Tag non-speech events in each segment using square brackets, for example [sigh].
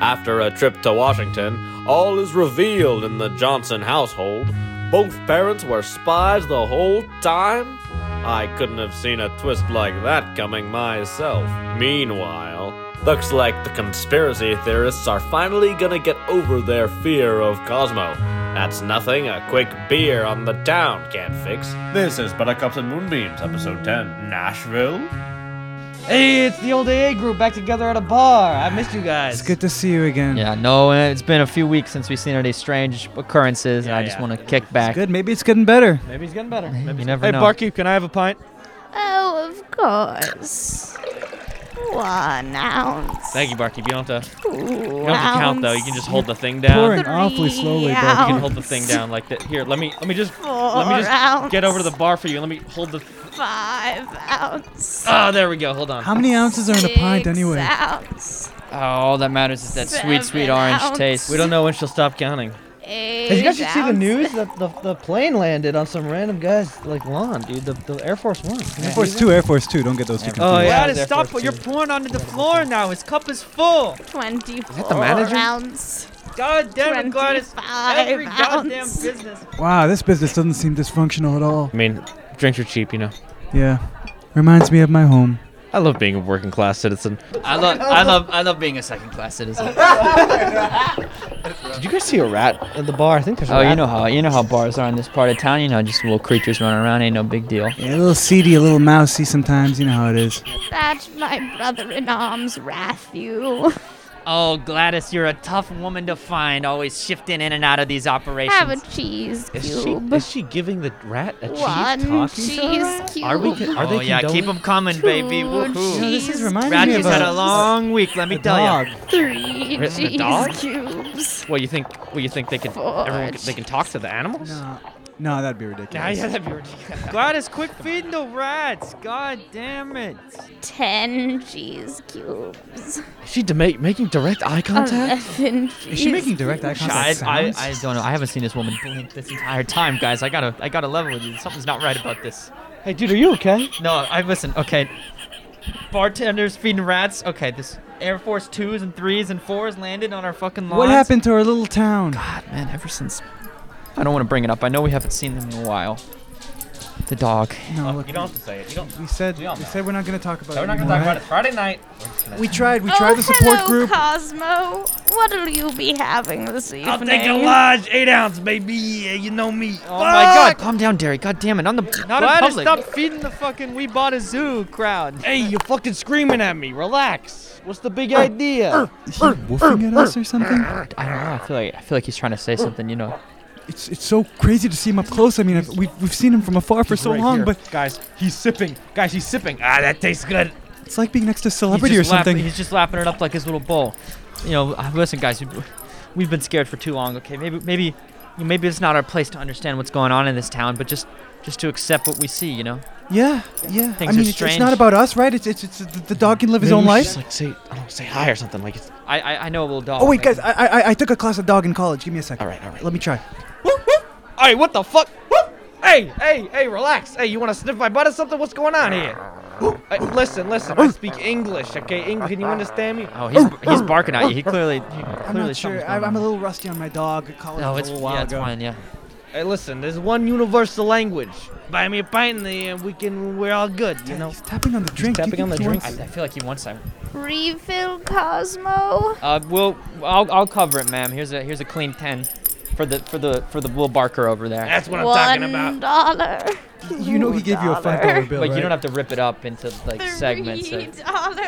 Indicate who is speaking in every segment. Speaker 1: After a trip to Washington, all is revealed in the Johnson household. Both parents were spies the whole time? I couldn't have seen a twist like that coming myself. Meanwhile, looks like the conspiracy theorists are finally gonna get over their fear of Cosmo. That's nothing a quick beer on the town can't fix. This is Buttercups and Moonbeams, Episode 10, Nashville.
Speaker 2: Hey, it's the old AA group back together at a bar. I missed you guys.
Speaker 3: It's good to see you again.
Speaker 4: Yeah, no, and it's been a few weeks since we've seen any strange occurrences, and
Speaker 2: Yeah,
Speaker 4: I just
Speaker 2: yeah.
Speaker 4: want to kick back.
Speaker 3: Good. Maybe it's getting better.
Speaker 2: Maybe he's getting better. Maybe
Speaker 4: You
Speaker 2: he's
Speaker 4: never
Speaker 5: Hey,
Speaker 4: know.
Speaker 5: barkeep, can I have a pint?
Speaker 6: Oh, of course. One ounce.
Speaker 2: Thank you, Barkeep. You don't have to,
Speaker 6: Two
Speaker 2: you don't have to count though. You can just hold the thing
Speaker 3: Pouring
Speaker 2: down.
Speaker 6: Three
Speaker 3: awfully slowly,
Speaker 6: ounce.
Speaker 3: bro.
Speaker 2: You can hold the thing down like that. Here, let me let me just
Speaker 6: Four
Speaker 2: let me just
Speaker 6: ounce.
Speaker 2: get over to the bar for you. Let me hold the.
Speaker 6: Five ounce.
Speaker 2: Oh, there we go. Hold on.
Speaker 3: How many ounces are in a pint
Speaker 6: Six
Speaker 3: anyway?
Speaker 6: Ounce.
Speaker 4: Oh, all that matters is that sweet, sweet
Speaker 6: Seven
Speaker 4: orange
Speaker 6: ounce.
Speaker 4: taste.
Speaker 2: We don't know when she'll stop counting.
Speaker 6: Eight
Speaker 2: Did you guys just see the
Speaker 6: ounce.
Speaker 2: news? The, the, the plane landed on some random guy's like lawn, dude. The, the Air Force One.
Speaker 3: Air Force Two, Air Force Two. Don't get those two confused.
Speaker 2: Oh yeah.
Speaker 5: Gladys,
Speaker 2: Air
Speaker 5: stop.
Speaker 2: Force
Speaker 5: You're
Speaker 2: Two.
Speaker 5: pouring onto the floor now. His cup is full.
Speaker 6: Twenty-four
Speaker 2: manager?
Speaker 6: ounce.
Speaker 5: God damn it, Gladys.
Speaker 6: Twenty-five
Speaker 5: Every goddamn
Speaker 6: ounce.
Speaker 5: business.
Speaker 3: Wow, this business doesn't seem dysfunctional at all.
Speaker 2: I mean, drinks are cheap, you know.
Speaker 3: Yeah, reminds me of my home.
Speaker 2: I love being a working class citizen.
Speaker 4: I love, I love, I love being a second class [laughs] citizen.
Speaker 2: Did you guys see a rat at the bar? I think there's a
Speaker 4: oh,
Speaker 2: rat.
Speaker 4: you know how, you know how bars are in this part of town. You know, just little creatures running around, ain't no big deal.
Speaker 3: Yeah, a little seedy, a little mousy sometimes. You know how it is.
Speaker 6: That's my brother in arms, Rathew.
Speaker 4: Oh, Gladys, you're a tough woman to find. Always shifting in and out of these operations.
Speaker 6: Have a cheese
Speaker 2: Is she,
Speaker 6: cube.
Speaker 2: is she giving the rat a cheese
Speaker 6: One
Speaker 2: talkie?
Speaker 6: [laughs] cheese cube.
Speaker 2: Are we? Are they
Speaker 4: oh yeah,
Speaker 2: condoning-
Speaker 4: keep them coming, baby.
Speaker 6: Two
Speaker 3: You
Speaker 4: Woohoo!
Speaker 3: know, this is
Speaker 6: cheese
Speaker 3: reminding me
Speaker 4: Ratchet's
Speaker 3: of
Speaker 4: had
Speaker 3: a,
Speaker 4: a long week. Let me
Speaker 3: a
Speaker 4: tell
Speaker 3: dog.
Speaker 4: you.
Speaker 6: Three
Speaker 2: Written the dog?
Speaker 6: cheese cubes.
Speaker 2: Well, you think? Well, you think they can?
Speaker 6: Fudge.
Speaker 2: Everyone can, they can talk to the animals?
Speaker 3: No, no, that'd be ridiculous.
Speaker 2: Nah, yeah, that'd be ridiculous.
Speaker 5: Gladys, quit feeding the rats. God damn it.
Speaker 6: Ten cheese cubes.
Speaker 2: Is she dema- making direct eye contact?
Speaker 6: Eleven cheese
Speaker 3: Is she making direct eye
Speaker 4: I,
Speaker 3: contact?
Speaker 4: I,
Speaker 3: sounds?
Speaker 4: I don't know. I haven't seen this woman blink this entire time, guys. I gotta I gotta level with you. Something's not right about this.
Speaker 2: hey, dude, are you okay?
Speaker 4: No, I listen. Okay, bartenders feeding rats. Okay, this Air Force twos and threes and fours landed on our fucking lawn.
Speaker 3: what happened to our little town?
Speaker 4: God, man. Ever since, I don't want to bring it up. I know we haven't seen them in a while. The dog.
Speaker 3: No, look,
Speaker 4: have to say it. oh, You don't.
Speaker 3: we said we
Speaker 4: all know.
Speaker 3: said we're not gonna talk about it.
Speaker 4: It's Friday night.
Speaker 3: it. We tried. We tried
Speaker 6: oh,
Speaker 3: the support
Speaker 6: hello,
Speaker 3: group.
Speaker 6: Cosmo. What'll you be having this evening?
Speaker 5: large eight ounce, baby. Yeah, you know me.
Speaker 4: Oh my God! Calm down, Derry. God damn it! On the not in
Speaker 5: Gladys,
Speaker 4: public.
Speaker 5: stop feeding the fucking We Bought a Zoo crowd. Hey, you're fucking screaming at me. Relax. What's the
Speaker 3: Uh,
Speaker 5: big idea?
Speaker 3: Is he woofing at us or something?
Speaker 4: I don't know. I feel like I feel like he's trying to say something. You know.
Speaker 3: It's it's so crazy to see him up close. I mean, I've, we've we've seen him from afar for so
Speaker 5: Right
Speaker 3: long,
Speaker 5: here.
Speaker 3: but
Speaker 5: guys, he's sipping. Guys, he's sipping. Ah, that tastes good.
Speaker 3: it's like being next to a
Speaker 4: He's
Speaker 3: celebrity or
Speaker 4: just, lapping,
Speaker 3: something.
Speaker 4: he's just lapping it up like his little bowl. You know, uh, listen, guys, we- we've been scared for too long. Okay, maybe, maybe, maybe it's not our place to understand what's going on in this town, but just, just to accept what we see. You know,
Speaker 3: yeah, yeah.
Speaker 4: Things
Speaker 3: I
Speaker 4: are
Speaker 3: mean, it's, it's
Speaker 4: strange.
Speaker 3: not about us, right? It's it's, it's the, the dog can live his own life.
Speaker 2: Just like say, I don't know, say hi or something. Like it's
Speaker 4: I, I, I know a little dog.
Speaker 3: oh wait,
Speaker 4: like-
Speaker 3: guys, I, I I took a class of dog in college. Give me a second.
Speaker 2: all right, all right.
Speaker 3: Let me try.
Speaker 5: Hey, what the fuck? Whoop! Hey, hey, hey, relax. Hey, you want to sniff my butt or something? What's going on here? Hey, listen, listen. I speak English, okay? Eng- can you understand me?
Speaker 4: Oh, he's, he's barking at you. He clearly, he clearly
Speaker 3: [laughs] I'm not sure.
Speaker 4: something's
Speaker 3: I'm,
Speaker 4: going
Speaker 3: I'm a
Speaker 4: on.
Speaker 3: little rusty on my dog. College
Speaker 4: No,
Speaker 3: was
Speaker 4: it's
Speaker 3: a little while
Speaker 4: yeah, it's
Speaker 3: ago.
Speaker 4: fine. Yeah.
Speaker 5: Hey, listen. There's one universal language. Buy me a pint, and then we can. We're all good, you know.
Speaker 3: He's tapping on the drink. Do you
Speaker 5: tapping
Speaker 3: think
Speaker 5: on the
Speaker 3: he
Speaker 5: drink.
Speaker 3: wants-
Speaker 4: I, I feel like he wants that.
Speaker 6: Refill, Cosmo.
Speaker 4: Uh, we'll, I'll, I'll cover it, ma'am. Here's a, here's a clean ten, for the, for the, for the little barker over there.
Speaker 5: That's what I'm talking
Speaker 6: One
Speaker 5: about.
Speaker 6: dollar.
Speaker 3: You know he gave you a five dollar bill,
Speaker 4: but you
Speaker 3: right?
Speaker 4: don't have to rip it up into like segments.
Speaker 6: Three
Speaker 4: or-
Speaker 6: dollar.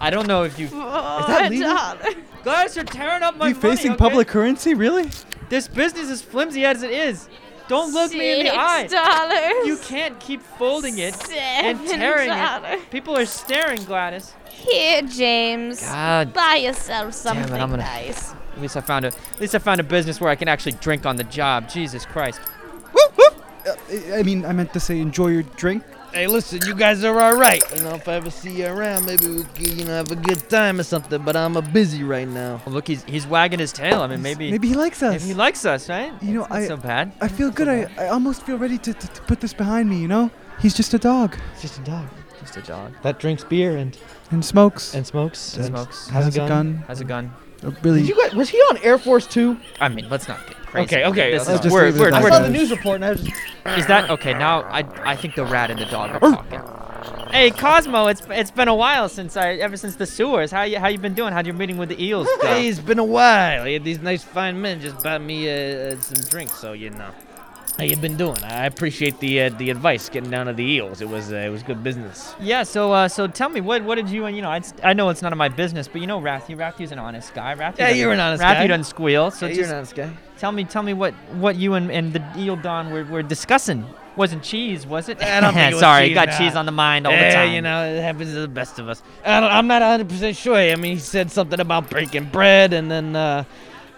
Speaker 4: I don't know if you.
Speaker 6: Four dollar.
Speaker 4: Gladys, you're tearing up my
Speaker 3: you
Speaker 4: money,
Speaker 3: facing
Speaker 4: okay?
Speaker 3: public currency, really?
Speaker 4: This business is flimsy as it is. Don't look me in the eye.
Speaker 6: Six dollars.
Speaker 4: You can't keep folding it and
Speaker 6: Seven
Speaker 4: tearing
Speaker 6: dollar.
Speaker 4: it. People are staring, Gladys.
Speaker 6: Here, James.
Speaker 4: God,
Speaker 6: Buy yourself
Speaker 4: Damn it,
Speaker 6: something
Speaker 4: I'm gonna-
Speaker 6: nice.
Speaker 4: at least I found a at least I found a business where I can actually drink on the job. Jesus Christ.
Speaker 3: Uh, I I mean, I meant to say enjoy your drink.
Speaker 5: Hey, listen. You guys are all right. You know, if I ever see you around, maybe we can, you know, have a good time or something. But I'm a busy right now.
Speaker 4: Well, Oh, look, he's he's wagging his tail. I mean, maybe
Speaker 3: Maybe he likes us.
Speaker 4: if he likes us, right?
Speaker 3: You know,
Speaker 4: It's not
Speaker 3: I-
Speaker 4: so bad.
Speaker 3: I feel good. I, I almost feel ready to, to, to put this behind me, you know? He's just a dog
Speaker 5: It's just a dog
Speaker 4: Just a dog.
Speaker 5: that drinks beer and
Speaker 3: and smokes.
Speaker 5: and smokes
Speaker 4: Smokes.
Speaker 5: has a gun.
Speaker 4: Has a gun.
Speaker 3: A really.
Speaker 2: Did you guys, was he on Air Force Two?
Speaker 4: I mean, let's not get crazy.
Speaker 5: Okay, okay,
Speaker 4: This is,
Speaker 5: let's
Speaker 3: just
Speaker 4: we're,
Speaker 3: leave it
Speaker 4: we're,
Speaker 3: at
Speaker 2: I
Speaker 3: Where
Speaker 2: saw
Speaker 3: it
Speaker 2: the
Speaker 4: we're,
Speaker 3: that.
Speaker 2: news report and I was just,
Speaker 4: is that okay? Now I I think the rat and the dog are talking. Hey Cosmo, it's it's been a while since I ever since the sewers. How you how you been doing? How'd your meeting with the eels go?
Speaker 5: Hey, it's been a while. Yeah, these nice fine men just bought me uh, uh, some drinks, so you know. How you been doing? I appreciate the uh, the advice getting down to the eels. It was uh, it was good business.
Speaker 4: Yeah, so uh, so tell me what what did you and you know I, I know it's none of my business, but you know Rathew, Rathew's an honest guy. Rathew
Speaker 5: Yeah,
Speaker 4: doesn't-
Speaker 5: you're an honest
Speaker 4: Rathew
Speaker 5: guy.
Speaker 4: doesn't squeal, so
Speaker 2: yeah,
Speaker 4: just
Speaker 2: you're not this guy.
Speaker 4: tell me tell me what what you and, and the eel don were, were discussing. Wasn't cheese, was it?
Speaker 5: I
Speaker 4: [laughs]
Speaker 5: don't think it was
Speaker 4: Sorry,
Speaker 5: cheese,
Speaker 4: got
Speaker 5: nah.
Speaker 4: cheese on the mind all
Speaker 5: yeah,
Speaker 4: the time.
Speaker 5: you know, it happens to the best of us. I don't, I'm not 100% sure. I mean, he said something about breaking bread, and then uh,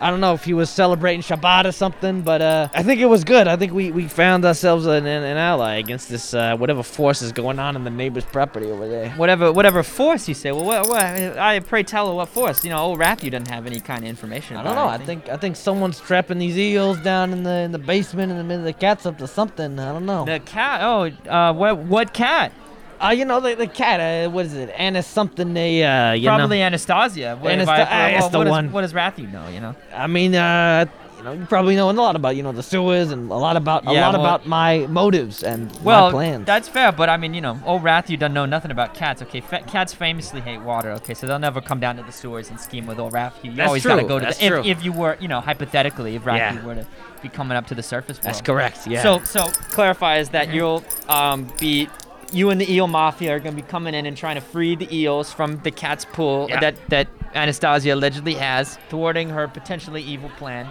Speaker 5: I don't know if he was celebrating Shabbat or something, but uh, I think it was good. I think we, we found ourselves an, an, an ally against this uh, whatever force is going on in the neighbor's property over there.
Speaker 4: Whatever, whatever force you say. Well, what, what, I pray tell what force? You know, old Rathew doesn't have any kind of information.
Speaker 5: I
Speaker 4: about
Speaker 5: don't know. I
Speaker 4: anything.
Speaker 5: think I think someone's trapping these eels down in the in the basement, and the, the cat's up to something. I don't know.
Speaker 4: the cat. Oh, uh, what what cat?
Speaker 5: Uh, you know the, the cat. Uh, what is it? Anna something. They uh, you know.
Speaker 4: Probably Anastasia. What, if
Speaker 5: Anasta-
Speaker 4: I,
Speaker 5: ah, it's
Speaker 4: well,
Speaker 5: the
Speaker 4: what does-
Speaker 5: one.
Speaker 4: what does Rathew know? You know.
Speaker 5: I mean, uh, you know, you probably know a lot about you know the sewers and a lot about a
Speaker 4: Yeah,
Speaker 5: lot
Speaker 4: well-
Speaker 5: about my motives and my
Speaker 4: Well,
Speaker 5: plans.
Speaker 4: that's fair, but I mean, you know, old Rathew doesn't know nothing about cats. Okay, Fa cats famously hate water. Okay, so they'll never come down to the sewers and scheme with old Rathew. You
Speaker 5: That's
Speaker 4: always gotta
Speaker 5: true,
Speaker 4: go to
Speaker 5: that's
Speaker 4: the. If,
Speaker 5: true.
Speaker 4: if you were, you know, hypothetically, if Rathew
Speaker 5: Yeah.
Speaker 4: were to be coming up to the surface,
Speaker 5: That's
Speaker 4: world.
Speaker 5: correct. Yeah. Mm-hmm.
Speaker 4: So, so clarify is that you'll um, be. You and the eel mafia are going to be coming in and trying to free the eels from the cat's pool
Speaker 5: Yeah.
Speaker 4: that that Anastasia allegedly has, thwarting her potentially evil plan.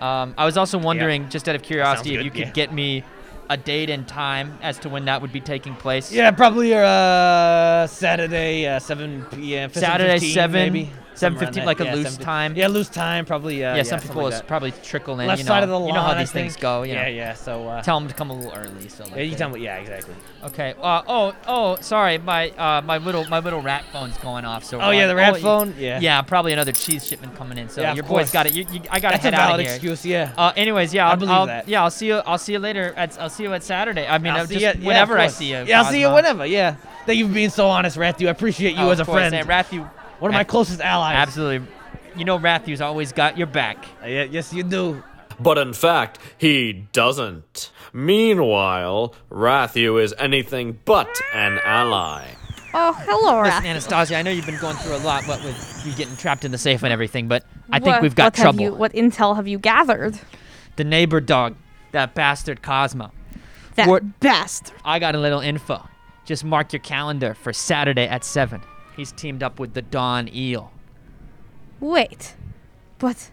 Speaker 4: Um, I was also wondering, just out of curiosity, if
Speaker 5: good,
Speaker 4: you could
Speaker 5: yeah.
Speaker 4: get me a date and time as to when that would be taking place.
Speaker 5: yeah, probably uh Saturday uh, 7 p.m. 7:15,
Speaker 4: Saturday seven,
Speaker 5: maybe
Speaker 4: seven
Speaker 5: Somewhere around
Speaker 4: fifteen,
Speaker 5: that.
Speaker 4: like a
Speaker 5: Yeah,
Speaker 4: loose
Speaker 5: 7:15.
Speaker 4: time.
Speaker 5: Yeah, loose time probably. Uh,
Speaker 4: yeah, some
Speaker 5: something
Speaker 4: people
Speaker 5: like
Speaker 4: is
Speaker 5: that.
Speaker 4: probably trickle in.
Speaker 5: left
Speaker 4: you know,
Speaker 5: side of the line.
Speaker 4: you know how
Speaker 5: I
Speaker 4: these things
Speaker 5: think.
Speaker 4: go. You know.
Speaker 5: Yeah, yeah. So uh,
Speaker 4: Tell them to come a little early. So like
Speaker 5: yeah, you
Speaker 4: they-
Speaker 5: tell me. Yeah, exactly.
Speaker 4: Okay. Uh, oh, oh, sorry. My uh, my little my little rat phone's going off. So.
Speaker 5: Oh yeah, the rat phone.
Speaker 4: Yeah.
Speaker 5: Yeah.
Speaker 4: probably another cheese shipment coming in. So
Speaker 5: Yeah, of
Speaker 4: your boy's
Speaker 5: course.
Speaker 4: got it. You, you, I gotta
Speaker 5: That's a
Speaker 4: head out of
Speaker 5: valid
Speaker 4: here.
Speaker 5: excuse. Yeah.
Speaker 4: Uh, anyways, yeah,
Speaker 5: I
Speaker 4: I'll,
Speaker 5: believe
Speaker 4: I'll-
Speaker 5: that.
Speaker 4: Yeah, I'll see you. I'll see you later. At, I'll see you at Saturday. I mean,
Speaker 5: I'll
Speaker 4: uh,
Speaker 5: see
Speaker 4: just
Speaker 5: ya- yeah, of
Speaker 4: whenever I
Speaker 5: course.
Speaker 4: see you.
Speaker 5: Yeah, I'll see you
Speaker 4: Cosmo.
Speaker 5: whenever. Yeah. Thank you for being so honest, Rathew. I appreciate you
Speaker 4: Oh,
Speaker 5: as a
Speaker 4: of course,
Speaker 5: friend.
Speaker 4: And Rathew,
Speaker 5: One of my
Speaker 4: Rath-
Speaker 5: closest allies.
Speaker 4: absolutely. You know, Rathew's always got your back.
Speaker 5: Uh, yeah, yes, you do.
Speaker 1: But in fact, he doesn't. Meanwhile, Rathew is anything but an ally.
Speaker 6: Oh, hello,
Speaker 4: Listen,
Speaker 6: Rath.
Speaker 4: Anastasia, I know you've been going through a lot, what with you getting trapped in the safe and everything, but I think
Speaker 6: What-
Speaker 4: we've got
Speaker 6: what have
Speaker 4: trouble.
Speaker 6: you- what intel have you gathered?
Speaker 4: the neighbor dog, that bastard Cosmo.
Speaker 6: That
Speaker 4: What-
Speaker 6: best.
Speaker 4: I got a little info. Just mark your calendar for Saturday at 7. He's teamed up with the Dawn Eel.
Speaker 6: Wait, but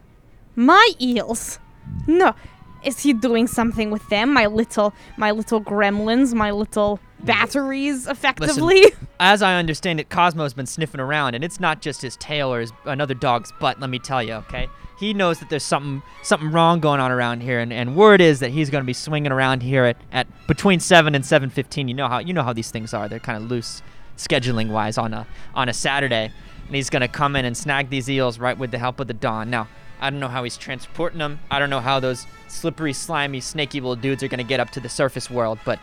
Speaker 6: my eels? No, is he doing something with them? My little, my little gremlins, my little batteries, effectively. [laughs]
Speaker 4: As I understand it, Cosmo's been sniffing around, and it's not just his tail or his, another dog's butt, let me tell you, okay? He knows that there's something something wrong going on around here, and, and word is that he's going to be swinging around here at, at between 7 and 7.15. You know how you know how these things are. They're kind of loose scheduling-wise on a, on a Saturday, and he's going to come in and snag these eels right with the help of the Dawn. Now, I don't know how he's transporting them. I don't know how those slippery, slimy, snaky little dudes are going to get up to the surface world, but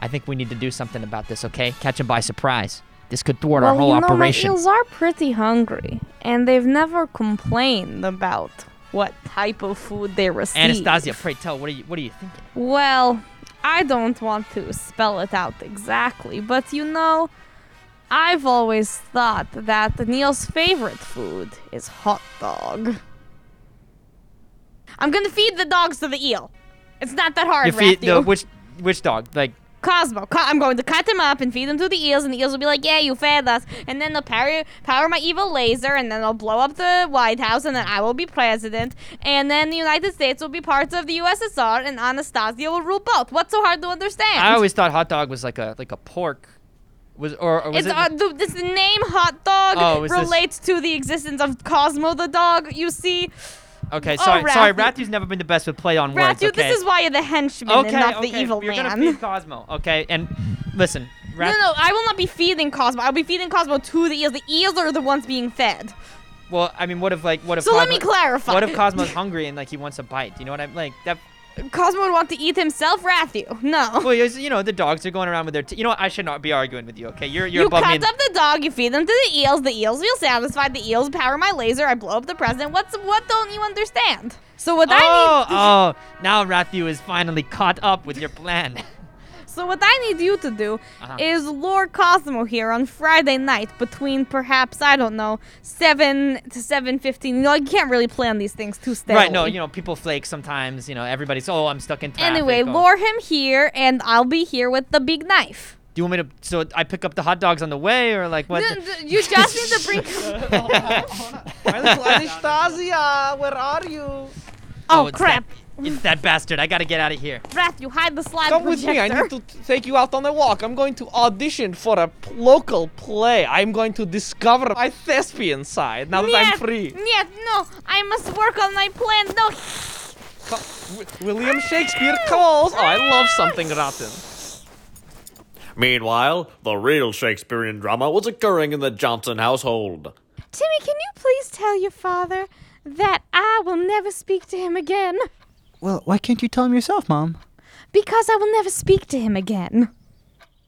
Speaker 4: I think we need to do something about this, okay? Catch him by surprise. This could thwart
Speaker 6: [laughs]
Speaker 4: our whole
Speaker 6: you know,
Speaker 4: operation.
Speaker 6: my eels are pretty hungry, and they've never complained about what type of food they receive.
Speaker 4: Anastasia, pray tell, what are you what are you thinking?
Speaker 6: Well, I don't want to spell it out exactly, but you know, I've always thought that Neil's favorite food is hot dog. I'm gonna feed the dogs to the eel. It's not that hard,
Speaker 4: Your feet-
Speaker 6: Rathew.
Speaker 4: the- which which dog? Like
Speaker 6: Cosmo, co- I'm going to cut them up and feed them to the eels, and the eels will be like, "Yeah, you fed us." And then they'll power, power my evil laser, and then I'll blow up the White House, and then I will be president, and then the United States will be part of the USSR, and Anastasia will rule both. What's so hard to understand?
Speaker 4: I always thought hot dog was like a like a pork. Was or, or was
Speaker 6: it's,
Speaker 4: it
Speaker 6: uh, the, it's the name hot dog
Speaker 4: Oh, is this-
Speaker 6: relates to the existence of Cosmo the dog. You see,
Speaker 4: Okay,
Speaker 6: oh,
Speaker 4: sorry. sorry,
Speaker 6: Rathew.
Speaker 4: Rathew's never been the best with play on words.
Speaker 6: Ratu,
Speaker 4: okay?
Speaker 6: this is why you're the henchman
Speaker 4: okay,
Speaker 6: and not
Speaker 4: okay,
Speaker 6: the evil
Speaker 4: you're
Speaker 6: man.
Speaker 4: gonna feed Cosmo, okay? And listen,
Speaker 6: no,
Speaker 4: Rath-
Speaker 6: no, I will not be feeding Cosmo. I'll be feeding Cosmo to the eels. The eels are the ones being fed.
Speaker 4: Well, I mean, what if like what if
Speaker 6: So let me
Speaker 4: Cosmo-
Speaker 6: clarify.
Speaker 4: What if Cosmo's hungry and like he wants a bite? You know what I'm like? That
Speaker 6: [laughs] Cosmo would want to eat himself, Rathu. No.
Speaker 4: Well, yes, you know the dogs are going around with their. T- you know what? I should not be arguing with you. Okay, you're you're
Speaker 6: You
Speaker 4: above
Speaker 6: cut
Speaker 4: me. in-
Speaker 6: up the dog, you feed them to the eels, the eels feel satisfied, the eels power my laser, I blow up the president. What's what don't you understand? So what I [laughs]
Speaker 4: oh, oh! Now Rathu is finally caught up with your
Speaker 6: [laughs]
Speaker 4: plan.
Speaker 6: need so what I need you to do
Speaker 4: Uh-huh.
Speaker 6: is lure Cosmo here on Friday night between perhaps, I don't know, seven to seven fifteen. You know, you can't really plan these things too steadily.
Speaker 4: right? No, you know people flake sometimes. You know everybody's. Oh, I'm stuck in traffic.
Speaker 6: Anyway,
Speaker 4: oh.
Speaker 6: lure him here and I'll be here with the big knife.
Speaker 4: Do you want me to? So I pick up the hot dogs on the way, or like what?
Speaker 6: [laughs] No, no, you just
Speaker 4: [laughs]
Speaker 6: need to bring [laughs] Oh,
Speaker 2: Anastasia, where are you?
Speaker 6: Oh,
Speaker 4: it's
Speaker 6: crap.
Speaker 4: That, it's that bastard. I gotta get out of here.
Speaker 6: Wrath, you hide the slide
Speaker 2: Come with
Speaker 6: projector.
Speaker 2: me. I need to t- take you out on a walk. I'm going to audition for a p- local play. I'm going to discover my thespian side now that I'm
Speaker 6: Нет,
Speaker 2: free.
Speaker 6: нет, no, I must work on my plan. No,
Speaker 2: Co- Wi- William Shakespeare calls. Oh, I love something rotten.
Speaker 1: Meanwhile, the real Shakespearean drama was occurring in the Johnson household.
Speaker 6: Timmy, can you please tell your father that I will never speak to him again?
Speaker 3: Well, why can't you tell him yourself, Mom?
Speaker 6: Because I will never speak to him again.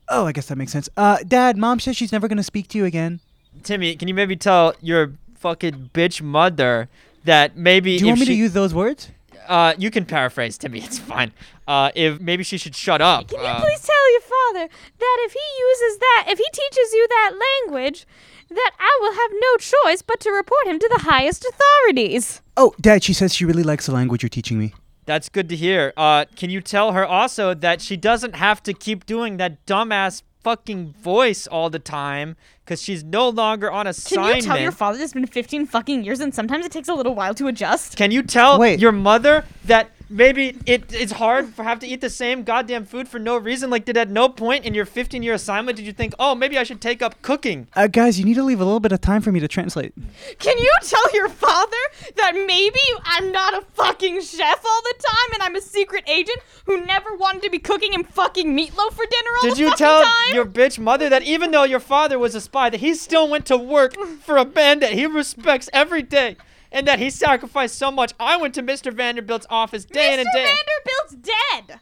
Speaker 3: Oh, I guess that makes sense. Uh, Dad, Mom says she's never gonna speak to you again.
Speaker 4: Timmy, can you maybe tell your fucking bitch mother that maybe
Speaker 3: Do you
Speaker 4: if
Speaker 3: want me
Speaker 4: she,
Speaker 3: to use those words?
Speaker 4: uh, you can paraphrase Timmy. It's fine. Uh, if maybe she should shut up.
Speaker 6: Can
Speaker 2: Ah.
Speaker 4: um,
Speaker 6: you please tell your father that if he uses that, if he teaches you that language, that I will have no choice but to report him to the highest authorities?
Speaker 3: Oh, Dad, she says she really likes the language you're teaching me.
Speaker 4: That's good to hear. Uh, can you tell her also that she doesn't have to keep doing that dumbass fucking voice all the time because she's no longer on
Speaker 6: Can
Speaker 4: assignment?
Speaker 6: you tell your father it's been 15 fucking years and sometimes it takes a little while to adjust?
Speaker 4: Can you tell
Speaker 3: Wait.
Speaker 4: your mother that maybe it, it's hard for have to eat the same goddamn food for no reason? Like, did at no point in your 15 year assignment did you think, oh, maybe I should take up cooking?
Speaker 3: Uh, guys, you need to leave a little bit of time for me to translate.
Speaker 6: Can you tell your father that maybe I'm not a fucking chef all the time and I'm a secret agent who never wanted to be cooking him fucking meatloaf for dinner all
Speaker 4: Did
Speaker 6: the
Speaker 4: you
Speaker 6: fucking
Speaker 4: tell
Speaker 6: time?
Speaker 4: your bitch mother that even though your father was a spy, that he still went to work for a man that he respects every day? And that he sacrificed so much. I went to Mr. Vanderbilt's office day in
Speaker 6: Mr.
Speaker 4: and day. out.
Speaker 6: Vanderbilt's dead.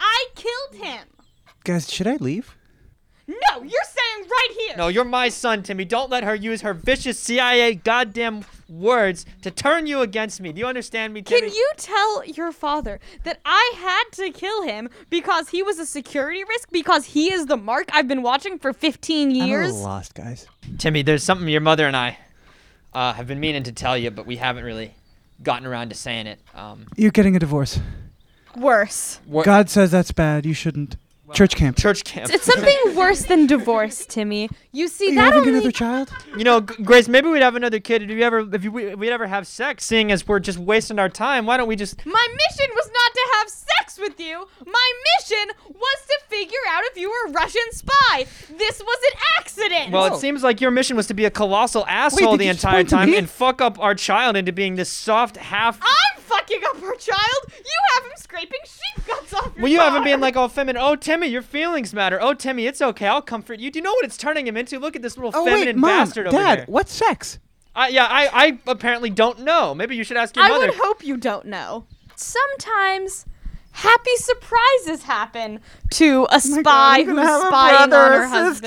Speaker 6: I killed him.
Speaker 3: Guys, should I leave?
Speaker 6: No, you're saying right here.
Speaker 4: no, you're my son, Timmy. Don't let her use her vicious CIA goddamn words to turn you against me. Do you understand me, Timmy?
Speaker 6: Can you tell your father that I had to kill him because he was a security risk because he is the mark I've been watching for 15
Speaker 3: I'm a
Speaker 6: years?
Speaker 3: little lost, guys.
Speaker 4: Timmy, there's something your mother and I uh, have been meaning to tell you, but we haven't really gotten around to saying it. Um,
Speaker 3: You're getting a divorce.
Speaker 6: Worse.
Speaker 4: What-
Speaker 3: God says that's bad. You shouldn't. Church camp.
Speaker 4: church camp.
Speaker 6: It's something worse than divorce, Timmy. You see
Speaker 3: Are you
Speaker 6: that
Speaker 3: having
Speaker 6: only
Speaker 3: another child?
Speaker 4: You know, G- Grace, maybe we'd have another kid if you ever if you, we- we'd ever have sex. Seeing as we're just wasting our time, why don't we just?
Speaker 6: My mission was not to have sex with you. My mission was to figure out if you were a Russian spy. This was an accident.
Speaker 4: Well, it seems like your mission was to be a colossal asshole
Speaker 3: did
Speaker 4: the
Speaker 3: you just
Speaker 4: entire
Speaker 3: point to
Speaker 4: time
Speaker 3: me?
Speaker 4: and fuck up our child into being this soft half.
Speaker 6: I'm fucking up our child. You have him scraping sheep guts off your
Speaker 4: Well, you haven't
Speaker 6: car.
Speaker 4: been like all feminine. Oh, Timmy, your feelings matter. Oh, Timmy, it's okay. I'll comfort you. Do you know what it's turning him into? Look at this little
Speaker 3: Oh
Speaker 4: feminine
Speaker 3: wait, Mom,
Speaker 4: bastard over
Speaker 3: Dad,
Speaker 4: here.
Speaker 3: what's sex?
Speaker 4: I, yeah, I, I apparently don't know. Maybe you should ask your
Speaker 6: I
Speaker 4: mother.
Speaker 6: would hope you don't know. Sometimes happy surprises happen
Speaker 3: Oh
Speaker 6: to a spy
Speaker 3: I'm
Speaker 6: who's
Speaker 3: gonna have a
Speaker 6: spying on
Speaker 3: brother or
Speaker 6: her husband.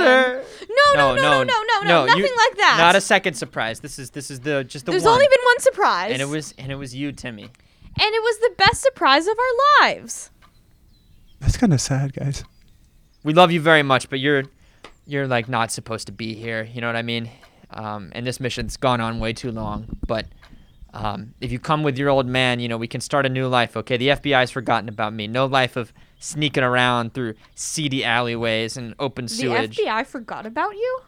Speaker 3: sister.
Speaker 6: No, no, no, no, no, no, no, nothing
Speaker 4: you-
Speaker 6: like that.
Speaker 4: Not a second surprise. This is this is the just the
Speaker 6: There's
Speaker 4: one.
Speaker 6: only been one surprise.
Speaker 4: and it was and it was you, Timmy.
Speaker 6: and it was the best surprise of our lives.
Speaker 3: That's kind of sad, guys.
Speaker 4: We love you very much, but you're you're like not supposed to be here. You know what I mean? Um, and this mission's gone on way too long. But um, if you come with your old man, you know we can start a new life. Okay, the FBI's forgotten about me. No life of sneaking around through seedy alleyways and open sewage.
Speaker 6: The FBI forgot about you?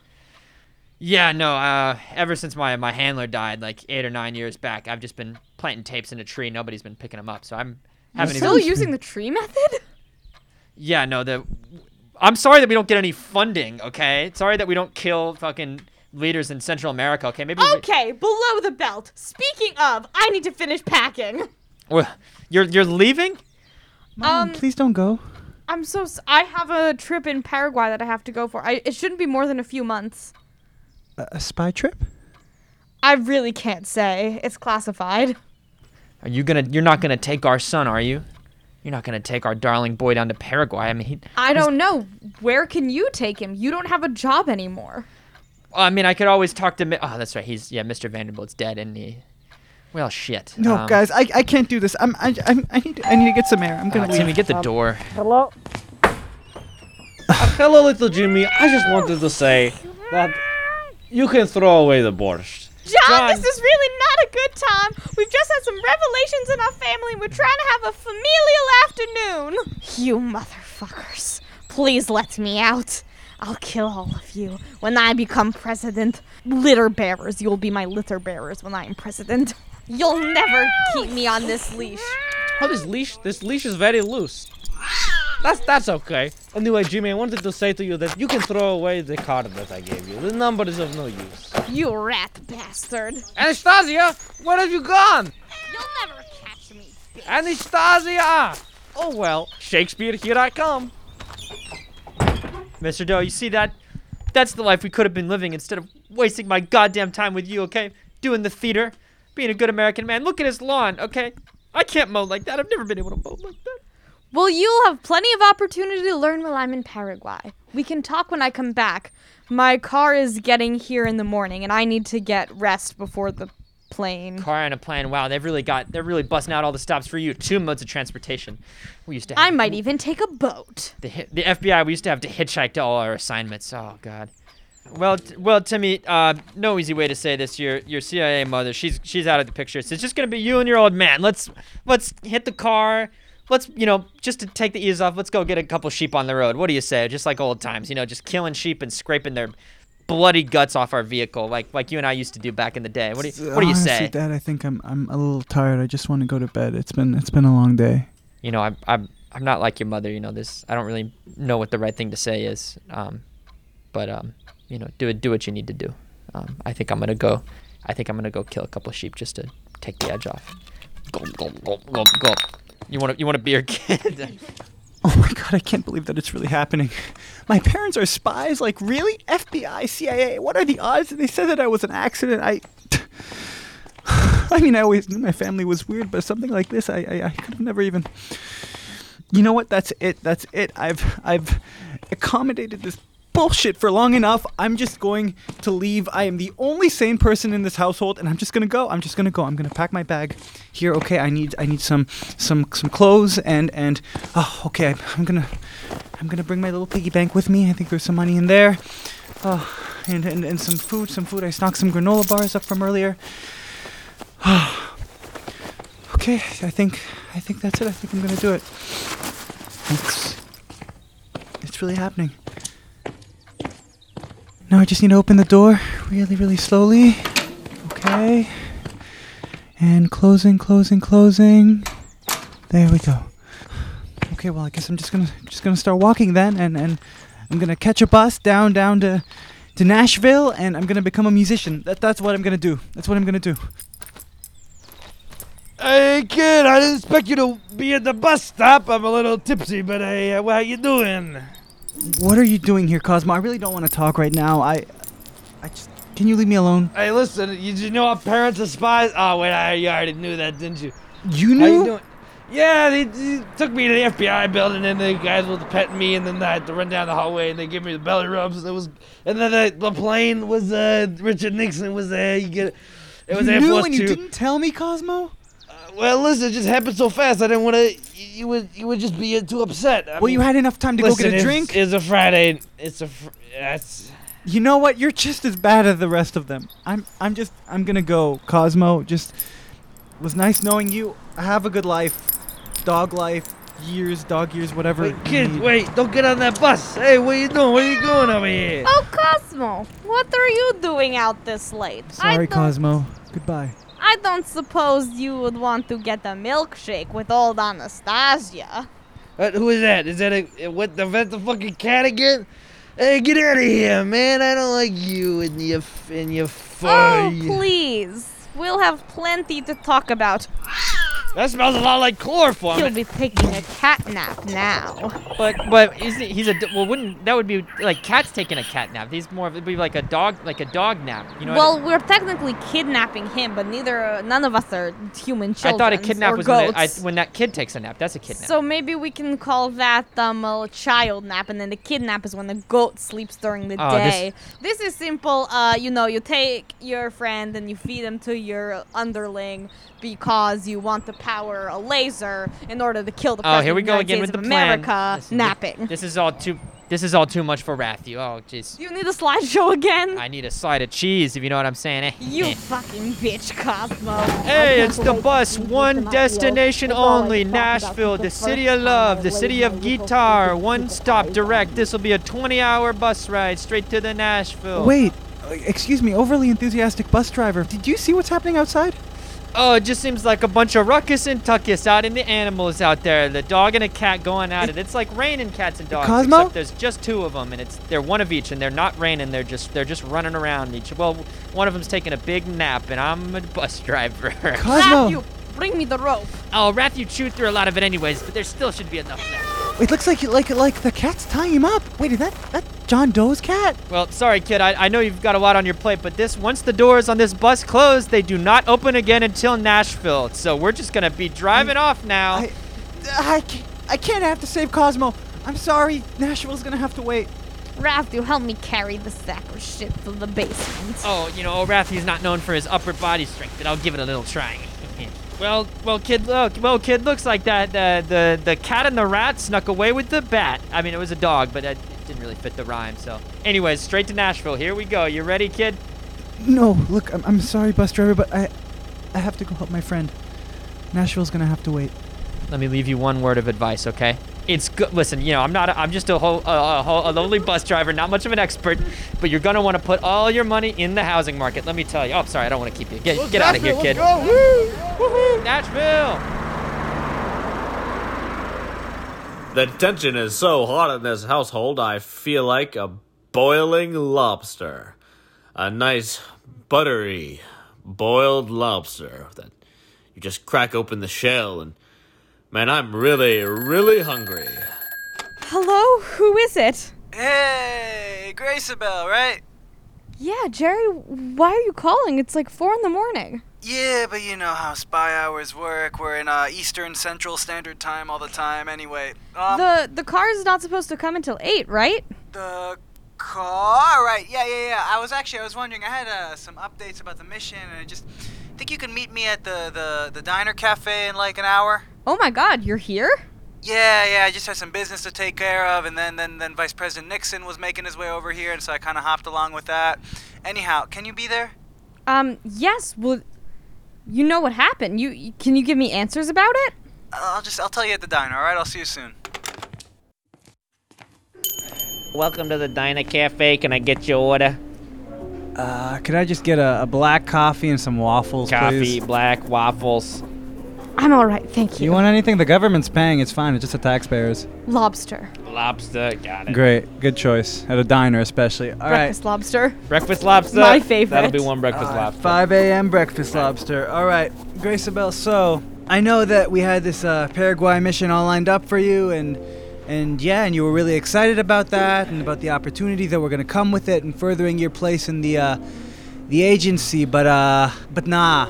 Speaker 4: Yeah, no. Uh, ever since my my handler died, like eight or nine years back, I've just been planting tapes in a tree. Nobody's been picking them up, so I'm haven't
Speaker 6: Still
Speaker 4: even.
Speaker 6: using the tree method? [laughs]
Speaker 4: Yeah, no. The I'm sorry that we don't get any funding. Okay, sorry that we don't kill fucking leaders in Central America. Okay, maybe. we-
Speaker 6: Okay, below the belt. Speaking of, I need to finish packing.
Speaker 4: Well, you're you're leaving.
Speaker 6: Um,
Speaker 3: Please don't go.
Speaker 6: I'm so s- I have a trip in Paraguay that I have to go for. I, it shouldn't be more than a few months.
Speaker 3: A, a spy trip?
Speaker 6: I really can't say. It's classified.
Speaker 4: Are you gonna? You're not gonna take our son, are you? You're not gonna take our darling boy down to Paraguay. I mean, he,
Speaker 7: I don't know. Where can you take him? You don't have a job anymore.
Speaker 4: I mean, I could always talk to. Mi- Oh, that's right. He's yeah, Mr. Vanderbilt's dead, and he. Well, shit.
Speaker 3: No,
Speaker 4: Um,
Speaker 3: guys, I, I can't do this. I'm I, I'm I need I need to get some air. I'm
Speaker 4: Oh,
Speaker 3: gonna leave.
Speaker 4: Timmy, get the door.
Speaker 2: Hello. hello, little Jimmy. I just wanted to say that you can throw away the borscht.
Speaker 6: John,
Speaker 2: John.
Speaker 6: this is really not a good time. We've just had some revelations in our family. We're trying to have a familial afternoon. You motherfuckers. Please let me out. I'll kill all of you when I become president. Litter bearers, you'll be my litter bearers when I am president. You'll never keep me on this leash.
Speaker 2: Oh, this leash, this leash is very loose. That's that's okay. Anyway, Jimmy, I wanted to say to you that you can throw away the card that I gave you. The number is of no use.
Speaker 6: You rat bastard.
Speaker 2: Anastasia, where have you gone?
Speaker 6: You'll never catch me.
Speaker 2: Anastasia! Oh well, Shakespeare, here I come.
Speaker 4: Mr. Doe, you see that? That's the life we could have been living instead of wasting my goddamn time with you, okay? Doing the theater, being a good American man. Look at his lawn, okay? I can't mow like that. I've never been able to mow like that.
Speaker 7: Well, you'll have plenty of opportunity to learn while I'm in Paraguay. We can talk when I come back. My car is getting here in the morning, and I need to get rest before the plane.
Speaker 4: Car and a plane. Wow, they've really got, they're really busting out all the stops for you. Two modes of transportation. We used to have.
Speaker 7: I might even take a boat.
Speaker 4: The, hi- the FBI, we used to have to hitchhike to all our assignments. Oh, God. Well, t- well, Timmy. Uh, no easy way to say this. Your your CIA mother. She's she's out of the picture. So it's just gonna be you and your old man. Let's let's hit the car. Let's you know just to take the ease off. Let's go get a couple sheep on the road. What do you say? Just like old times. You know, just killing sheep and scraping their bloody guts off our vehicle, like like you and I used to do back in the day. What do you what do you
Speaker 3: Honestly,
Speaker 4: say?
Speaker 3: Dad, I think I'm I'm a little tired. I just want to go to bed. It's been it's been a long day.
Speaker 4: you know, I'm I'm I'm not like your mother. You know, this I don't really know what the right thing to say is. Um, but um, you know, do it. Do what you need to do. Um, I think I'm gonna go. I think I'm gonna go kill a couple of sheep just to take the edge off. Gulp, gulp, gulp, gulp, gulp. You want to you want a beer, [laughs] kid?
Speaker 3: Oh my god, I can't believe that it's really happening. My parents are spies? Like, really? FBI, CIA? What are the odds? They said that I was an accident. I. [sighs] I mean, I always knew my family was weird, but something like this, I, I, I could have never even. You know what? That's it. That's it. I've I've accommodated this bullshit for long enough. I'm just going to leave. I am the only sane person in this household, and I'm just gonna go. I'm just gonna go. I'm gonna pack my bag here. Okay, I need I need some some some clothes and and oh okay. I'm, I'm gonna I'm gonna bring my little piggy bank with me. I think there's some money in there. Oh, and, and and some food. Some food. I stocked some granola bars up from earlier. [sighs] okay, I think I think that's it. I think I'm gonna do it. It's, it's really happening. Now I just need to open the door really, really slowly. Okay. And closing, closing, closing. There we go. Okay, well I guess I'm just gonna just gonna start walking then and, and I'm gonna catch a bus down down to to Nashville and I'm gonna become a musician. That that's what I'm gonna do. That's what I'm gonna do.
Speaker 5: Hey kid, I didn't expect you to be at the bus stop. I'm a little tipsy, but hey, uh, how you doing?
Speaker 3: What are you doing here, Cosmo? I really don't want to talk right now. I, I just can you leave me alone?
Speaker 5: Hey, listen, you, you know our parents are spies. Oh wait, I, you already knew that, didn't you?
Speaker 3: You
Speaker 5: How you
Speaker 3: knew.
Speaker 5: doing? Yeah, they, they took me to the FBI building, and the guys were petting me, and then I had to run down the hallway, and they gave me the belly rubs, and it was, and then the, the plane was uh, Richard Nixon was there. You get, it was
Speaker 3: you
Speaker 5: Air
Speaker 3: knew
Speaker 5: Force
Speaker 3: and
Speaker 5: Two.
Speaker 3: you didn't tell me, Cosmo.
Speaker 5: Well, listen, it just happened so fast. I didn't want to. You would, you would just be uh, too upset. I
Speaker 3: well, you
Speaker 5: mean,
Speaker 3: had enough time to
Speaker 5: listen,
Speaker 3: go get a
Speaker 5: it's-
Speaker 3: drink.
Speaker 5: It's a Friday. It's a. Fr- that's.
Speaker 3: you know what? You're just as bad as the rest of them. I'm. I'm just. I'm gonna go, Cosmo. Just was nice knowing you. Have a good life, dog life, years, dog years, whatever.
Speaker 5: Wait,
Speaker 3: you
Speaker 5: kid,
Speaker 3: need.
Speaker 5: wait! Don't get on that bus. Hey, what are you doing? What are you doing over here?
Speaker 6: Oh, Cosmo, what are you doing out this late? I
Speaker 3: Sorry,
Speaker 6: don't-
Speaker 3: Cosmo. Goodbye.
Speaker 6: I don't suppose you would want to get a milkshake with old Anastasia.
Speaker 5: What, Uh, who is that? Is that a what? The vet, the fucking cat again? Hey, get out of here, man! I don't like you and your f- and your
Speaker 6: Oh,
Speaker 5: fur.
Speaker 6: please. We'll have plenty to talk about.
Speaker 2: That smells a lot like
Speaker 3: Um,
Speaker 2: chloroform.
Speaker 6: He'll be taking a cat nap now.
Speaker 4: But but is he's a d- well wouldn't that would be like cats taking a cat nap? He's more of it'd be like a dog like a dog nap. You know. what I
Speaker 6: well, we're technically kidnapping him, but neither none of us are human
Speaker 4: mean? I,
Speaker 6: children.
Speaker 4: thought a kidnap
Speaker 6: or
Speaker 4: was when,
Speaker 6: goats.
Speaker 4: it- I, when that kid takes a nap. That's a kidnap.
Speaker 6: so maybe we can call that um, a child nap, and then the kidnap is when the goat sleeps during the
Speaker 4: Oh, this-
Speaker 6: day. This, is simple. Uh, you know, you take your friend and you feed him to your underling because you want to power a laser in order to kill the
Speaker 4: oh,
Speaker 6: president
Speaker 4: here we
Speaker 6: of
Speaker 4: go
Speaker 6: United
Speaker 4: again with
Speaker 6: States
Speaker 4: the
Speaker 6: of
Speaker 4: plan.
Speaker 6: America
Speaker 4: This is-
Speaker 6: napping.
Speaker 4: This is all too this is all too much for Rathu. Oh jeez.
Speaker 6: Do you need a slideshow again?
Speaker 4: I need a side of cheese if you know what I'm saying. Eh, eh.
Speaker 6: You fucking bitch, Cosmo.
Speaker 4: Hey, it's the bus, one destination only, Nashville, the city of love, the city of guitar, one stop direct. This will be a 20 hour bus ride straight to the
Speaker 5: Oh.
Speaker 4: Nashville.
Speaker 3: Wait, uh, excuse me, overly enthusiastic bus driver. Did you see what's happening outside?
Speaker 4: Oh, it just seems like a bunch of ruckus and tuckus out in the animals out there. The dog and a cat going at it. It's like raining cats and dogs.
Speaker 3: Cosmo?
Speaker 4: Except there's just two of them, and it's they're one of each, and they're not raining. They're just they're just running around each. Well, one of them's taking a big nap, and I'm a bus [laughs] driver.
Speaker 3: Cosmo,
Speaker 6: you. Bring me the rope.
Speaker 4: oh, Wrath, you chewed through a lot of it anyways, but there still should be enough left.
Speaker 3: it looks like like like the cat's tying him up. Wait, is that that John Doe's cat?
Speaker 4: Well, sorry, kid. I, I know you've got a lot on your plate, but this once the doors on this bus close, they do not open again until Nashville. So we're just gonna be driving off now.
Speaker 3: I, I, can't, I can't have to save Cosmo. I'm sorry, Nashville's gonna have to wait.
Speaker 6: Raph, you help me carry the sack of shit to the basement.
Speaker 4: Oh, you know, O'Rath, he's not known for his upper body strength, but I'll give it a little try. well, well, kid, look, well, kid, looks like that uh, the the cat and the rat snuck away with the bat. I mean, it was a dog, but it, it didn't really fit the rhyme. So, anyways, straight to Nashville. Here we go. You ready, kid?
Speaker 3: No, look, I'm, I'm sorry, bus driver, but I, I have to go help my friend. Nashville's gonna have to wait.
Speaker 4: Let me leave you one word of advice, okay? It's good. Listen, you know, I'm not. A, I'm just a, whole, a, a, whole, a lonely bus driver, not much of an expert, but you're gonna want to put all your money in the housing market. Let me tell you. Oh, I'm sorry, I don't want to keep you. Get get out of here, kid. Nashville.
Speaker 1: The tension is so hot in this household, I feel like a boiling lobster. A nice, buttery, boiled lobster that you just crack open the shell and. Man, I'm really, really hungry.
Speaker 7: Hello, who is it?
Speaker 3: Hey, Graceabelle, right?
Speaker 7: Yeah, Jerry, why are you calling? It's like four in the morning.
Speaker 3: Yeah, but you know how spy hours work. We're in uh, Eastern Central Standard Time all the time. Anyway, um,
Speaker 7: The the car is not supposed to come until eight, right?
Speaker 3: the car. All right, yeah, yeah, yeah. I was actually, I was wondering. I had uh, some updates about the mission, and I just think you can meet me at the the, the diner cafe in like an hour.
Speaker 7: Oh my God, you're here?
Speaker 3: Yeah, yeah, I just had some business to take care of, and then, then, then Vice President Nixon was making his way over here, and so I kind of hopped along with that. Anyhow, can you be there?
Speaker 7: Um, yes. Well, you know what happened. You- You can you give me answers about it?
Speaker 3: Uh, I'll just, I'll tell you at the diner, alright? I'll see you soon.
Speaker 2: Welcome to the Diner Cafe. Can I get your order?
Speaker 3: Uh, could I just get a, a black coffee and some waffles,
Speaker 2: Coffee,
Speaker 3: please?
Speaker 2: black waffles.
Speaker 7: I'm all right, thank you.
Speaker 3: You want anything? The government's paying, it's fine, it's just the taxpayers.
Speaker 7: lobster,
Speaker 2: Lobster, got it.
Speaker 3: Great, good choice. At a diner, especially. Alright.
Speaker 7: breakfast lobster.
Speaker 2: Breakfast lobster.
Speaker 7: My favorite.
Speaker 2: That'll be one breakfast
Speaker 3: Uh,
Speaker 2: lobster.
Speaker 3: 5 a.m. breakfast lobster. All right, Graceabelle. So I know that we had this uh, Paraguay mission all lined up for you, and and yeah, and you were really excited about that and about the opportunities that were going to come with it and furthering your place in the uh, the agency. But uh, but nah.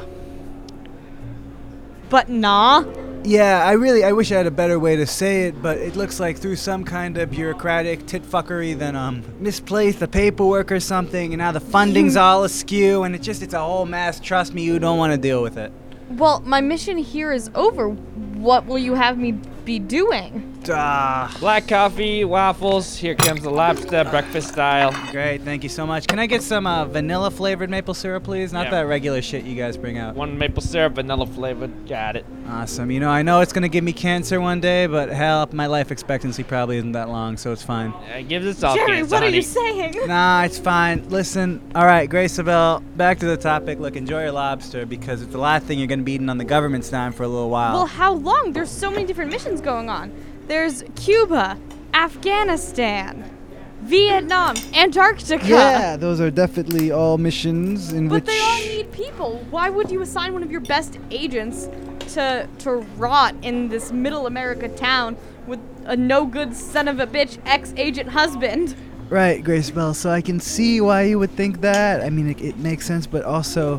Speaker 6: But nah.
Speaker 3: Yeah, I really I wish I had a better way to say it, but it looks like through some kind of bureaucratic titfuckery, then um misplaced the paperwork or something, and now the funding's all askew, and it just it's a whole mess. Trust me, you don't want to deal with it.
Speaker 7: Well, my mission here is over. What will you have me be doing?
Speaker 3: Ah,
Speaker 2: Black coffee, waffles. Here comes the lobster, breakfast style.
Speaker 3: great. Thank you so much. Can I get some uh, vanilla flavored maple syrup, please? Not
Speaker 2: Yeah.
Speaker 3: that regular shit you guys bring out.
Speaker 2: One maple syrup, vanilla flavored. Got it.
Speaker 3: Awesome. You know, I know it's gonna give me cancer one day, but hell, my life expectancy probably isn't that long, so it's fine.
Speaker 2: Uh, give this all
Speaker 6: Jerry,
Speaker 2: cancer,
Speaker 6: what are
Speaker 2: honey.
Speaker 6: you saying?
Speaker 3: Nah, it's fine. Listen, all right, Graceabelle, back to the topic. Look, enjoy your lobster because it's the last thing you're going to be eating on the government's dime for a little
Speaker 7: Well,
Speaker 3: while.
Speaker 7: how long? There's so many different missions going on. There's Cuba, Afghanistan, Vietnam, Antarctica.
Speaker 8: Yeah, those are definitely all missions in
Speaker 7: But
Speaker 8: which.
Speaker 7: they all need people. Why would you assign one of your best agents
Speaker 6: to to rot in this middle America town with a no good son of a bitch ex agent husband.
Speaker 3: Right, Grace Bell. So I can see why you would think that. I mean, it, it makes sense, but also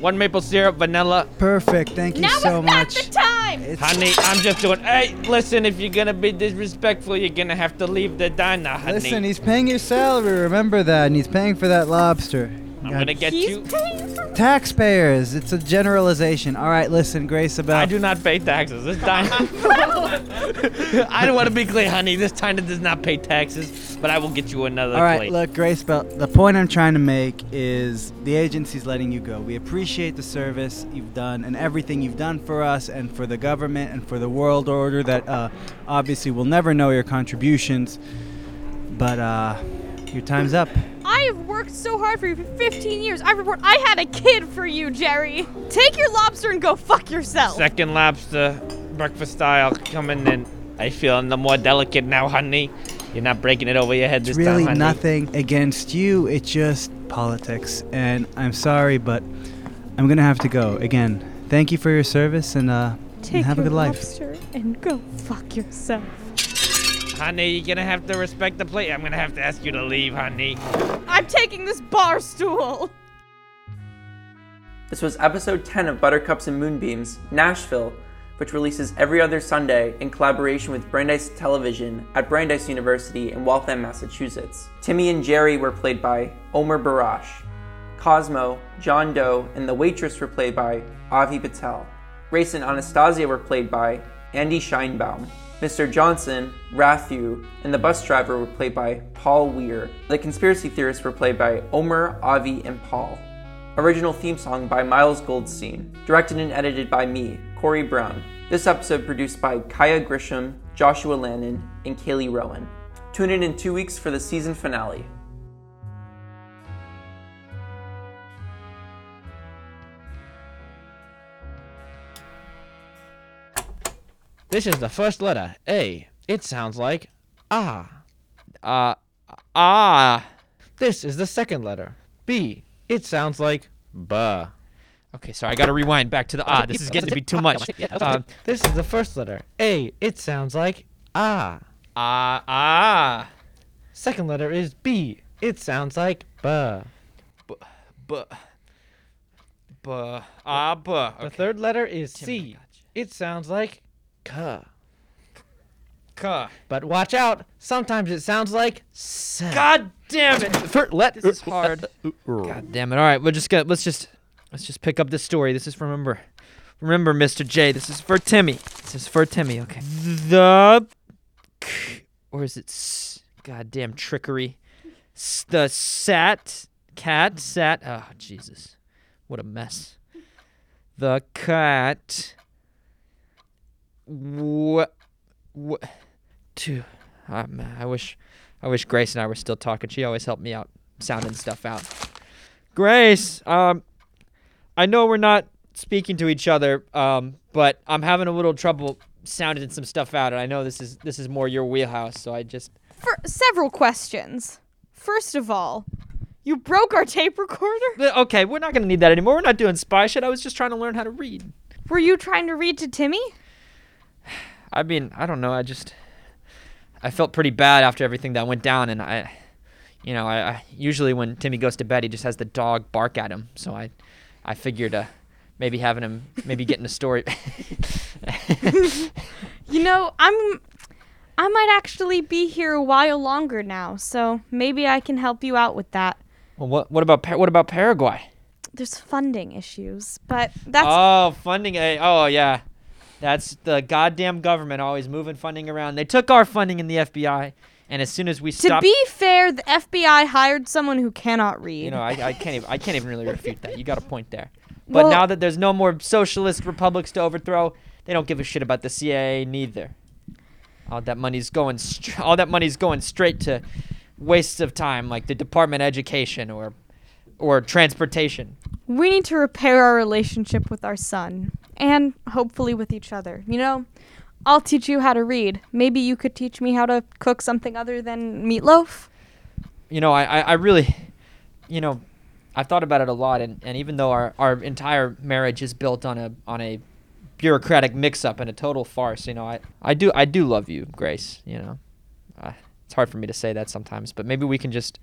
Speaker 5: One maple syrup, vanilla.
Speaker 3: perfect. Thank you
Speaker 6: now
Speaker 3: so
Speaker 6: is
Speaker 3: much.
Speaker 6: not the time.
Speaker 3: It's-
Speaker 5: Honey, I'm just doing. Hey, listen, if you're gonna be disrespectful, you're gonna have to leave the diner, honey.
Speaker 3: Listen, he's paying your salary. Remember that, and he's paying for that lobster.
Speaker 5: I'm
Speaker 3: God,
Speaker 5: gonna get
Speaker 6: He's
Speaker 5: you.
Speaker 6: paying for
Speaker 3: Taxpayers. It's a generalization. All right, listen, Grace Bell.
Speaker 5: I do not pay taxes.
Speaker 6: [laughs]
Speaker 5: This diner. [laughs] I don't want to be clear, honey. This diner does not pay taxes, but I will get you another
Speaker 3: All right,
Speaker 5: plate.
Speaker 3: look, Grace Bell. The point I'm trying to make is the agency's letting you go. We appreciate the service you've done and everything you've done for us and for the government and for the world order that uh, obviously will never know your contributions. But uh, your time's up.
Speaker 6: I have worked so hard for you for 15 years. I report I had a kid for you, Jerry. Take your lobster and go fuck yourself.
Speaker 5: Second lobster, breakfast style, coming in. I feel no more delicate now, honey. You're not breaking it over your head
Speaker 3: It's
Speaker 5: this
Speaker 3: really
Speaker 5: time, honey.
Speaker 3: nothing against you. It's just politics. And I'm sorry, but I'm gonna have to go again. Thank you for your service and, uh,
Speaker 6: Take
Speaker 3: and have a
Speaker 6: your
Speaker 3: good life.
Speaker 6: lobster and go fuck yourself.
Speaker 5: Honey, you're gonna have to respect the plate. I'm gonna have to ask you to leave, honey.
Speaker 6: I'm taking this bar stool.
Speaker 9: This was episode 10 of Buttercups and Moonbeams, Nashville, which releases every other Sunday in collaboration with Brandeis Television at Brandeis University in Waltham, Massachusetts. Timmy and Jerry were played by Omer Barash. Cosmo, John Doe, and the waitress were played by Avi Patel. Race and Anastasia were played by Andy Scheinbaum. Mr. Johnson, Rathu, and the bus driver were played by Paul Weir. The conspiracy theorists were played by Omer, Avi, and Paul. Original theme song by Miles Goldstein. Directed and edited by me, Corey Brown. This episode produced by Kaya Grisham, Joshua Lannon, and Kaylee Rowan. Tune in in two weeks for the season finale.
Speaker 5: This is the first letter, A. It sounds like ah.
Speaker 4: Uh, ah.
Speaker 5: This is the second letter, B. It sounds like Ah, buh.
Speaker 4: Okay, sorry, I gotta rewind back to the ah. This is getting to be too
Speaker 3: [laughs]
Speaker 5: [laughs]
Speaker 4: much. Uh,
Speaker 5: Um, this is the first letter, A. It sounds like ah.
Speaker 4: ah, ah.
Speaker 5: Second letter is B. It sounds like buh.
Speaker 4: Buh. Buh. Ah, buh.
Speaker 5: The
Speaker 4: Okay.
Speaker 5: third letter is
Speaker 4: Timmy, I
Speaker 5: C.
Speaker 4: got
Speaker 5: It sounds like cuh.
Speaker 4: Cuh.
Speaker 5: But watch out, sometimes it sounds like s.
Speaker 4: God damn it! Third let this is hard. God damn it! All right, we're just gonna let's just let's just pick up this story. This is remember, remember, Mr. J. This is for Timmy. This is for Timmy. Okay. The k- or is it s- goddamn trickery? S- the sat cat sat. Oh Jesus, what a mess. The cat. What? What? Two. Um, I wish. I wish Grace and I were still talking. She always helped me out sounding stuff out. Grace, um, I know we're not speaking to each other, um, but I'm having a little trouble sounding some stuff out, and I know this is this is more your wheelhouse. So I just
Speaker 6: For several questions. First of all, you broke our tape recorder?
Speaker 4: Th- okay, we're not gonna need that anymore. We're not doing spy shit. I was just trying to learn how to read.
Speaker 6: Were you trying to read to Timmy?
Speaker 4: I mean, I don't know. I just I felt pretty bad after everything that went down, and I, you know, I, I usually when Timmy goes to bed, he just has the dog bark at him. So I, I figured uh, maybe having him maybe getting a story. [laughs]
Speaker 6: You know, I'm I might actually be here a while longer now, so maybe I can help you out with that.
Speaker 4: Well, what what about Pa- what about Paraguay?
Speaker 6: There's funding issues, but that's
Speaker 4: Oh, funding. eh, Oh, yeah. That's the goddamn government always moving funding around. They took our funding in the FBI, and as soon as we
Speaker 6: to
Speaker 4: stopped,
Speaker 6: be fair, the FBI hired someone who cannot read.
Speaker 4: you know, I, I can't even I can't even really refute that. You got a point there. But
Speaker 6: Well-
Speaker 4: now that there's no more socialist republics to overthrow, they don't give a shit about the CIA neither. All that money's going str- all that money's going straight to wastes of time like the Department of Education or or transportation.
Speaker 6: we need to repair our relationship with our son and hopefully with each other. You know, I'll teach you how to read. Maybe you could teach me how to cook something other than meatloaf.
Speaker 4: you know, I, I, I really, you know, I've thought about it a lot, and, and even though our, our entire marriage is built on a on a bureaucratic mix-up and a total farce. You know, I, I do I do love you, Grace. You know, uh, it's hard for me to say that sometimes, but maybe we can just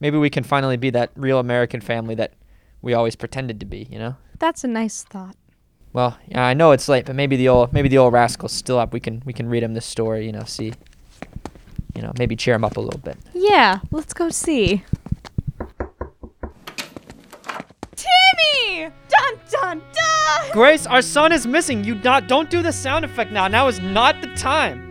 Speaker 4: maybe we can finally be that real American family that we always pretended to be. You know.
Speaker 6: That's a nice thought.
Speaker 4: Well, yeah, I know it's late, but maybe the old maybe the old rascal's still up. We can we can read him this story. You know, see. You know, maybe cheer him up a little bit.
Speaker 6: Yeah, let's go see. Timmy! Dun dun dun!
Speaker 4: Grace, our son is missing. You not don't do the sound effect now. Now is not the time.